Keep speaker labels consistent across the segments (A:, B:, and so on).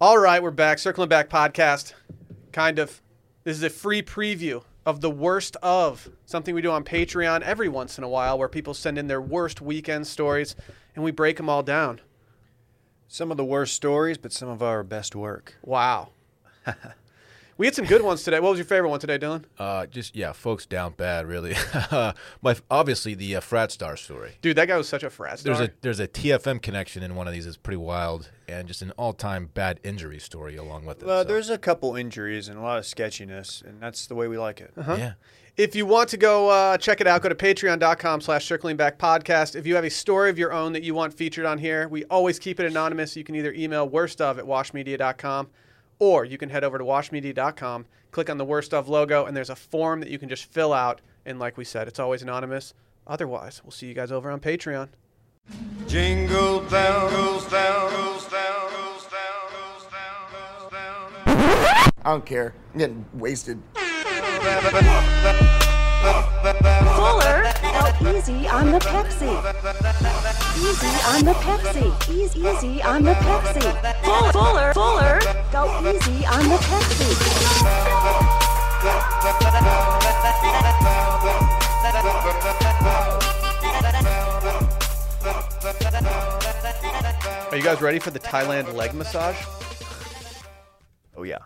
A: All right, we're back. Circling Back podcast, kind of. This is a free preview of the worst of something we do on Patreon every once in a while, where people send in their worst weekend stories, and we break them all down.
B: Some of the worst stories, but some of our best work.
A: Wow. we had some good ones today. What was your favorite one today, Dylan?
C: Uh, just yeah, folks down bad, really. My obviously the uh, frat star story.
A: Dude, that guy was such a frat star.
C: There's a there's a TFM connection in one of these. It's pretty wild, and just an all time bad injury story along with it.
B: Well,
C: so,
B: there's a couple injuries and a lot of sketchiness, and that's the way we like it.
C: yeah.
A: If you want to go uh, check it out, go to patreon.com slash circling back podcast. If you have a story of your own that you want featured on here, we always keep it anonymous. You can either email worst of at washmedia.com or you can head over to washmedia.com, click on the worst of logo, and there's a form that you can just fill out. And like we said, it's always anonymous. Otherwise, we'll see you guys over on Patreon.
D: Jingle bells, jingles down, goes down, goes down, goes down, goes down, goes down.
E: I don't care. I'm getting wasted.
F: Fuller, go easy on the Pepsi. Easy on the Pepsi. Easy, easy on the Pepsi. Fuller, Fuller, Fuller, go easy on the Pepsi.
A: Are you guys ready for the Thailand leg massage?
B: Oh yeah.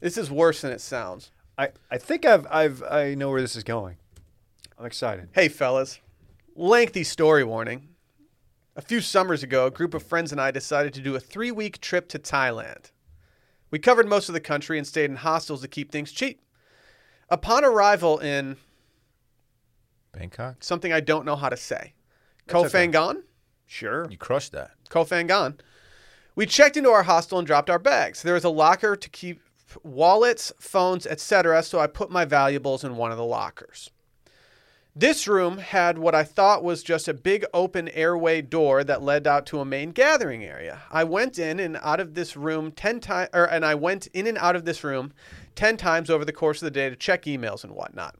A: This is worse than it sounds.
B: I, I think I've I've I know where this is going. I'm excited.
A: Hey, fellas. Lengthy story warning. A few summers ago, a group of friends and I decided to do a three week trip to Thailand. We covered most of the country and stayed in hostels to keep things cheap. Upon arrival in
C: Bangkok.
A: something I don't know how to say, Koh Phangan?
B: Sure.
C: You crushed that.
A: Koh Phangan. We checked into our hostel and dropped our bags. There was a locker to keep wallets, phones, etc., so I put my valuables in one of the lockers. This room had what I thought was just a big open airway door that led out to a main gathering area. I went in and out of this room 10 times or and I went in and out of this room 10 times over the course of the day to check emails and whatnot.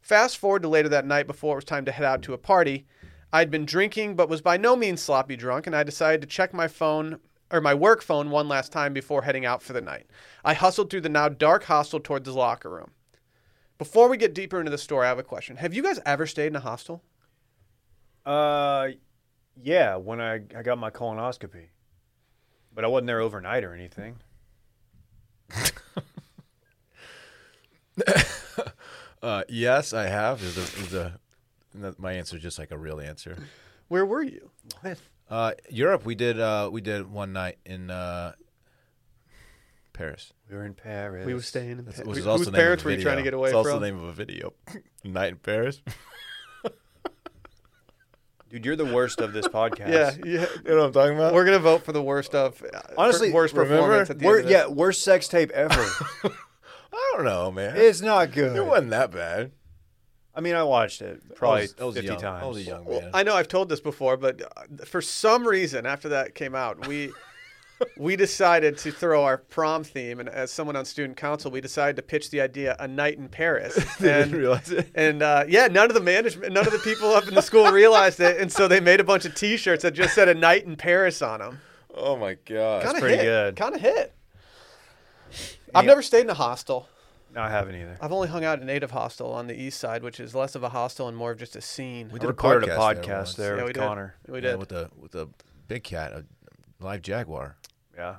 A: Fast forward to later that night before it was time to head out to a party. I'd been drinking but was by no means sloppy drunk and I decided to check my phone or my work phone one last time before heading out for the night. I hustled through the now dark hostel toward the locker room. Before we get deeper into the story, I have a question. Have you guys ever stayed in a hostel?
B: Uh, yeah. When I I got my colonoscopy, but I wasn't there overnight or anything.
C: Uh, yes, I have. Is a, is a and that- my answer is just like a real answer.
A: Where were you?
C: Uh, Europe, we did uh, we did one night in uh, Paris,
B: We were in Paris.
A: We were staying in Paris.
C: which is also
A: Whose
C: the name of
A: parents
C: a
A: were you trying to
C: video.
A: get away
C: it's also
A: from?
C: the name of a video. night in Paris.
B: Dude, you're the worst of this podcast.
A: yeah, yeah.
C: you know what I'm talking about?
A: We're gonna vote for the worst of
B: Honestly,
A: worst
B: remember?
A: performance. At the
B: Wor-
A: end of
B: yeah,
A: this.
B: worst sex tape ever.
C: I don't know, man.
B: it's not good.
C: it wasn't that bad.
B: I mean, I watched it probably
C: I was- I was
B: 50
C: young.
B: times.
C: I was a young man.
A: Well, I know I've told this before, but uh, for some reason after that came out, we we decided to throw our prom theme, and as someone on student council, we decided to pitch the idea a night in Paris. and,
C: realize it.
A: And uh, yeah, none of the management, none of the people up in the school realized it, and so they made a bunch of T-shirts that just said "A Night in Paris" on them.
C: Oh my god.
A: Kind of
B: pretty
A: hit.
B: good.
A: Kind of hit. I've never stayed in a hostel.
B: No, I haven't either.
A: I've only hung out at a native hostel on the east side, which is less of a hostel and more of just a scene.
C: We
B: I
C: did a
B: recorded a
C: podcast there
B: podcast
C: once.
B: there,
A: yeah, we
B: with Connor.
A: did. We
C: Yeah,
A: did.
C: with the with the big cat, a live jaguar.
B: Yeah.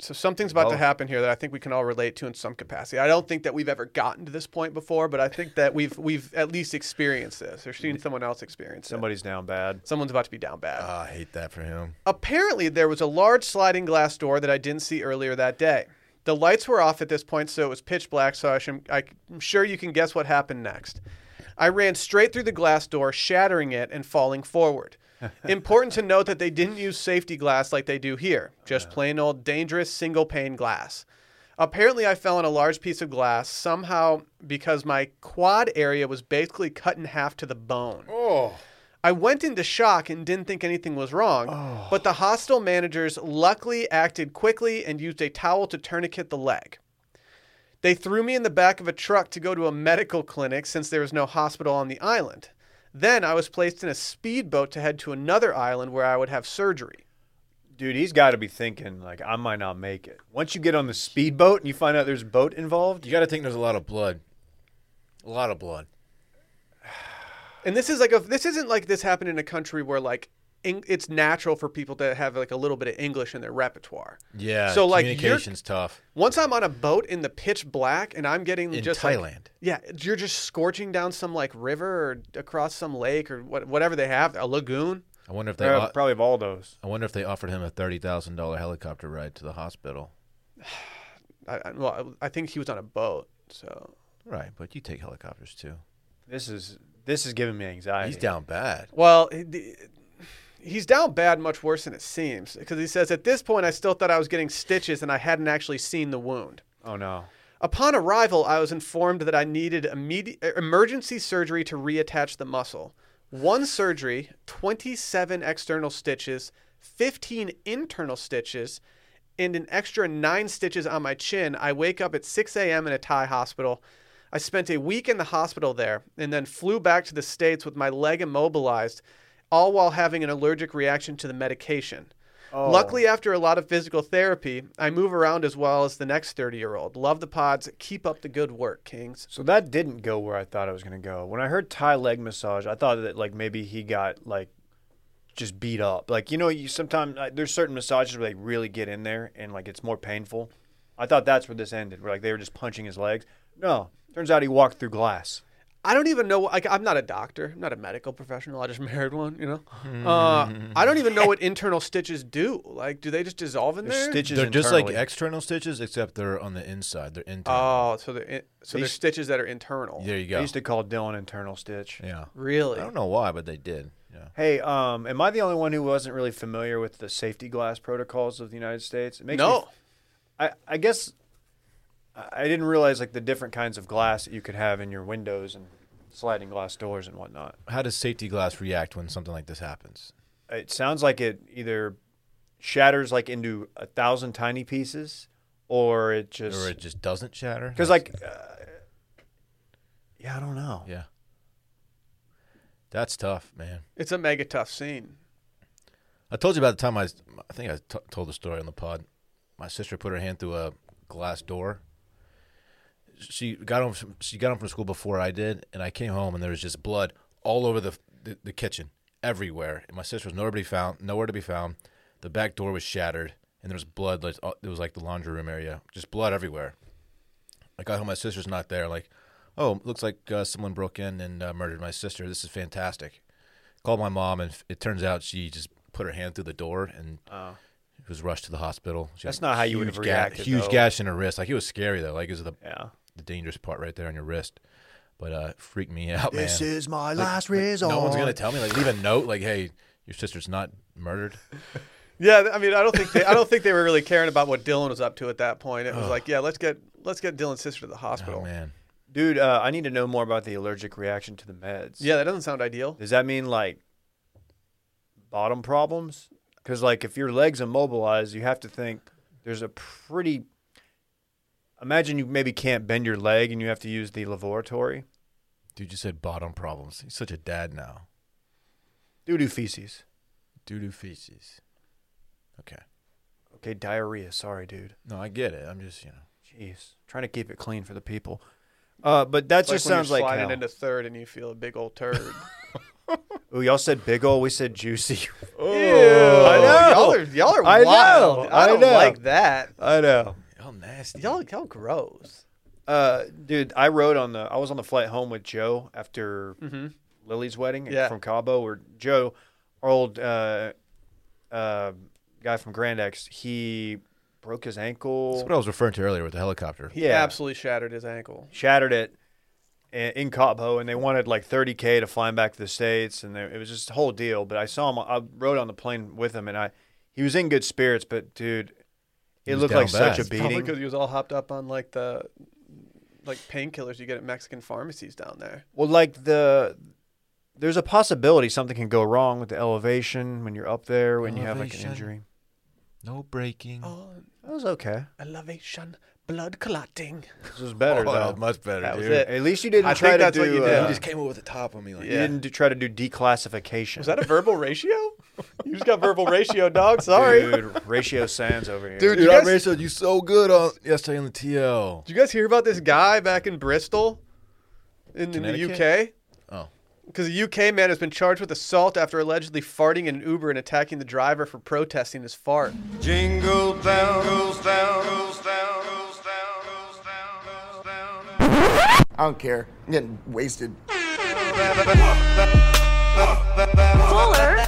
A: So something's about to
C: Well-
A: happen here that I think we can all relate to in some capacity. I don't think that we've ever gotten to this point before, but I think that we've we've at least experienced this or seen someone else experience it.
B: Somebody's down bad.
A: Someone's about to be down
B: Uh,
A: bad.
C: Ah, I hate that for him.
A: Apparently, there was a large sliding glass door that I didn't see earlier that day. The lights were off at this point, so it was pitch black, so I should, I'm sure you can guess what happened next. I ran straight through the glass door, shattering it and falling forward. Important to note that they didn't use safety glass like they do here, just plain old dangerous single pane glass. Apparently, I fell on a large piece of glass somehow because my quad area was basically cut in half to the bone. I went into shock and didn't think anything was wrong,
C: Oh.
A: but the hostel managers luckily acted quickly and used a towel to tourniquet the leg. They threw me in the back of a truck to go to a medical clinic since there was no hospital on the island. Then I was placed in a speedboat to head to another island where I would have surgery.
B: dude, he's got to be thinking like, I might not make it. Once you get on the speedboat and you find out there's a boat involved,
C: You got to think there's a lot of blood. A lot of blood.
A: And this is like a this isn't like this happened in a country where like Eng- it's natural for people to have like a little bit of English in their repertoire.
C: Yeah.
A: So like you're,
C: communication's tough.
A: once I'm on a boat in the pitch black and I'm getting
C: In
A: just like-
C: Thailand.
A: yeah, you're just scorching down some like river or across some lake or what, whatever they have, a lagoon.
C: I wonder if they.
B: they
C: o-
B: probably have all those.
C: I wonder if they offered him a thirty thousand dollar helicopter ride to the hospital.
A: I, I, well, I think he was on a boat, so
C: Right, but you take helicopters too.
B: This is this is giving me anxiety.
C: He's down bad.
A: Well, he- the- he's down bad much worse than it seems because he says, At this point, I still thought I was getting stitches and I hadn't actually seen the wound.
B: Oh no.
A: Upon arrival, I was informed that I needed immediate, er, emergency surgery to reattach the muscle. One surgery, 27 external stitches, 15 internal stitches, and an extra nine stitches on my chin. I wake up at 6 a.m. in a Thai hospital. I spent a week in the hospital there and then flew back to the States with my leg immobilized, all while having an allergic reaction to the medication.
C: Oh.
A: Luckily, after a lot of physical therapy, I move around as well as the next 30 year old. Love the pods. Keep up the good work, Kings.
B: So that didn't go where I thought it was going to go. When I heard Thai leg massage, I thought that like maybe he got like just beat up. Like you know, you sometimes uh, there's certain massages where they really get in there and like it's more painful. I thought that's where this ended, where like they were just punching his legs. No, turns out he walked through glass.
A: I don't even know. Like, I'm not a doctor. I'm not a medical professional. I just married one, you know? Uh, I don't even know what internal stitches do. Like, do they just dissolve in
B: There's
A: there?
B: stitches
C: They're just like
B: internally.
C: external stitches, except they're on the inside. They're internal.
A: Oh, so, they're in, so there's
B: These-
A: stitches that are internal.
C: there you
B: I
C: go.
B: used to call Dylan internal stitch.
C: yeah.
A: Really?
C: I don't know why, but they did. Yeah.
B: Hey, um, am I the only one who wasn't really familiar with the safety glass protocols of the United States? It makes me
A: No.
B: I, I guess I I didn't realize like the different kinds of glass that you could have in your windows and sliding glass doors and whatnot.
C: How does safety glass react when something like this happens?
B: It sounds like it either shatters like into a thousand tiny pieces, or it
C: Or
B: just
C: it just doesn't shatter?
B: because like uh, yeah, I don't know.
C: Yeah. That's tough, man.
A: It's a mega tough scene.
C: I told you about the time I, I think I t- told the story on the pod. My sister put her hand through a glass door. She got home. From, she got home from school before I did, and I came home and there was just blood all over the the, the kitchen, everywhere. And my sister was nowhere to be found. Nowhere to be found. The back door was shattered, and there was blood. Like uh, it was like the laundry room area, just blood everywhere. I got home. My sister's not there. Like, oh, looks like uh, someone broke in and uh, murdered my sister. This is fantastic. Called my mom, and f- it turns out she just put her hand through the door and was rushed to the hospital. She had
B: Oh. That's not how you would
C: huge
B: have
C: ga-
B: reacted,
C: huge
B: though.
C: gash in her wrist. Like it was scary though. Like it was the
B: Yeah.
C: the dangerous part right there on your wrist. But uh, it freaked me out, man.
B: This is my
C: Like-
B: last
C: like,
B: resort.
C: No one's gonna tell me. Like leave a note. Like hey, your sister's not murdered.
A: Yeah, th- I mean, I don't think they, I don't think they were really caring about what Dylan was up to at that point. It was like, yeah, let's get let's get Dylan's sister to the hospital.
C: Oh man.
B: dude. Uh, I need to know more about the allergic reaction to the meds.
A: Yeah, that doesn't sound ideal.
B: Does that mean like bottom problems? Because like if your legs immobilized, you have to think there's a pretty. Imagine you maybe can't bend your leg and you have to use the laboratory.
C: Dude, you said bottom problems. He's such a dad now.
B: Doo doo feces.
C: Doo doo feces. Okay.
B: Okay, diarrhea. Sorry, dude.
C: No, I get it. I'm just you know.
B: Jeez, trying to keep it clean for the people. Uh, but that
A: It's like
B: just
A: when
B: sounds
A: you're
B: like
A: sliding
B: hell.
A: into third and you feel a big old turd.
B: Ooh, y'all said big ol', we said juicy.
A: I
B: know.
A: Y'all are, y'all are
B: I know.
A: wild. I
B: I
A: don't
B: know.
A: like that.
B: I know.
C: Y'all nasty.
A: Y'all, y'all gross.
B: Uh, dude, I rode on the. I was on the flight home with Joe after
C: Mm-hmm.
B: Lily's wedding
A: Yeah.
B: from Cabo. Where Joe, our old uh, uh, guy from Grand X, he broke his ankle.
C: That's what I was referring to earlier with the helicopter.
A: He
B: yeah,
A: Absolutely shattered his ankle.
B: shattered it i- in Cabo, and they wanted like 30k to fly him back to the states, and they, it was just a whole deal. But I saw him. I rode on the plane with him, and I he was in good spirits, but dude, it
C: was
B: looked
C: down
B: like such
C: bad.
B: a
A: Probably
B: beating.
A: because he was all hopped up on like the like painkillers you get at Mexican pharmacies down there.
B: Well, like the there's a possibility something can go wrong with the elevation when you're up there when you have like an
C: Elevation.
B: injury.
C: No braking.
B: That was okay.
A: Elevation, blood clotting.
B: This was better
C: Oh,
B: though.
C: that was much better,
A: That was
C: dude.
A: it.
B: At least you didn't
A: I
B: try
A: think
B: to
A: that's
B: do.
A: what you did.
B: uh,
A: You
C: just came over the top on me like
B: you didn't do, try to do declassification.
A: Was that a verbal ratio? You just got verbal ratio, dog. Sorry.
B: Dude, ratio sands over here.
A: Dude,
C: Dude,
A: you
C: I
A: guys,
C: raced you so good on yesterday on the TL.
A: did you guys hear about this guy back in Bristol, in, in the UK?
C: Connecticut? Oh,
A: Because a UK man has been charged with assault after allegedly farting in an Uber and attacking the driver for protesting his fart.
D: Jingle bell goes down, goes down, goes down, goes down, goes down, goes down.
E: I don't care. I'm getting wasted.
F: Fuller,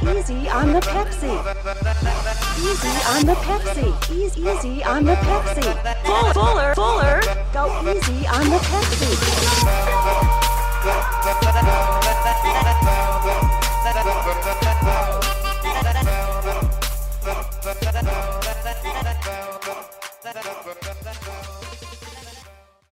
F: go easy on the Pepsi. Easy on the Pepsi. Easy, easy on the Pepsi. Fuller, Fuller, Fuller, go easy on the Pepsi.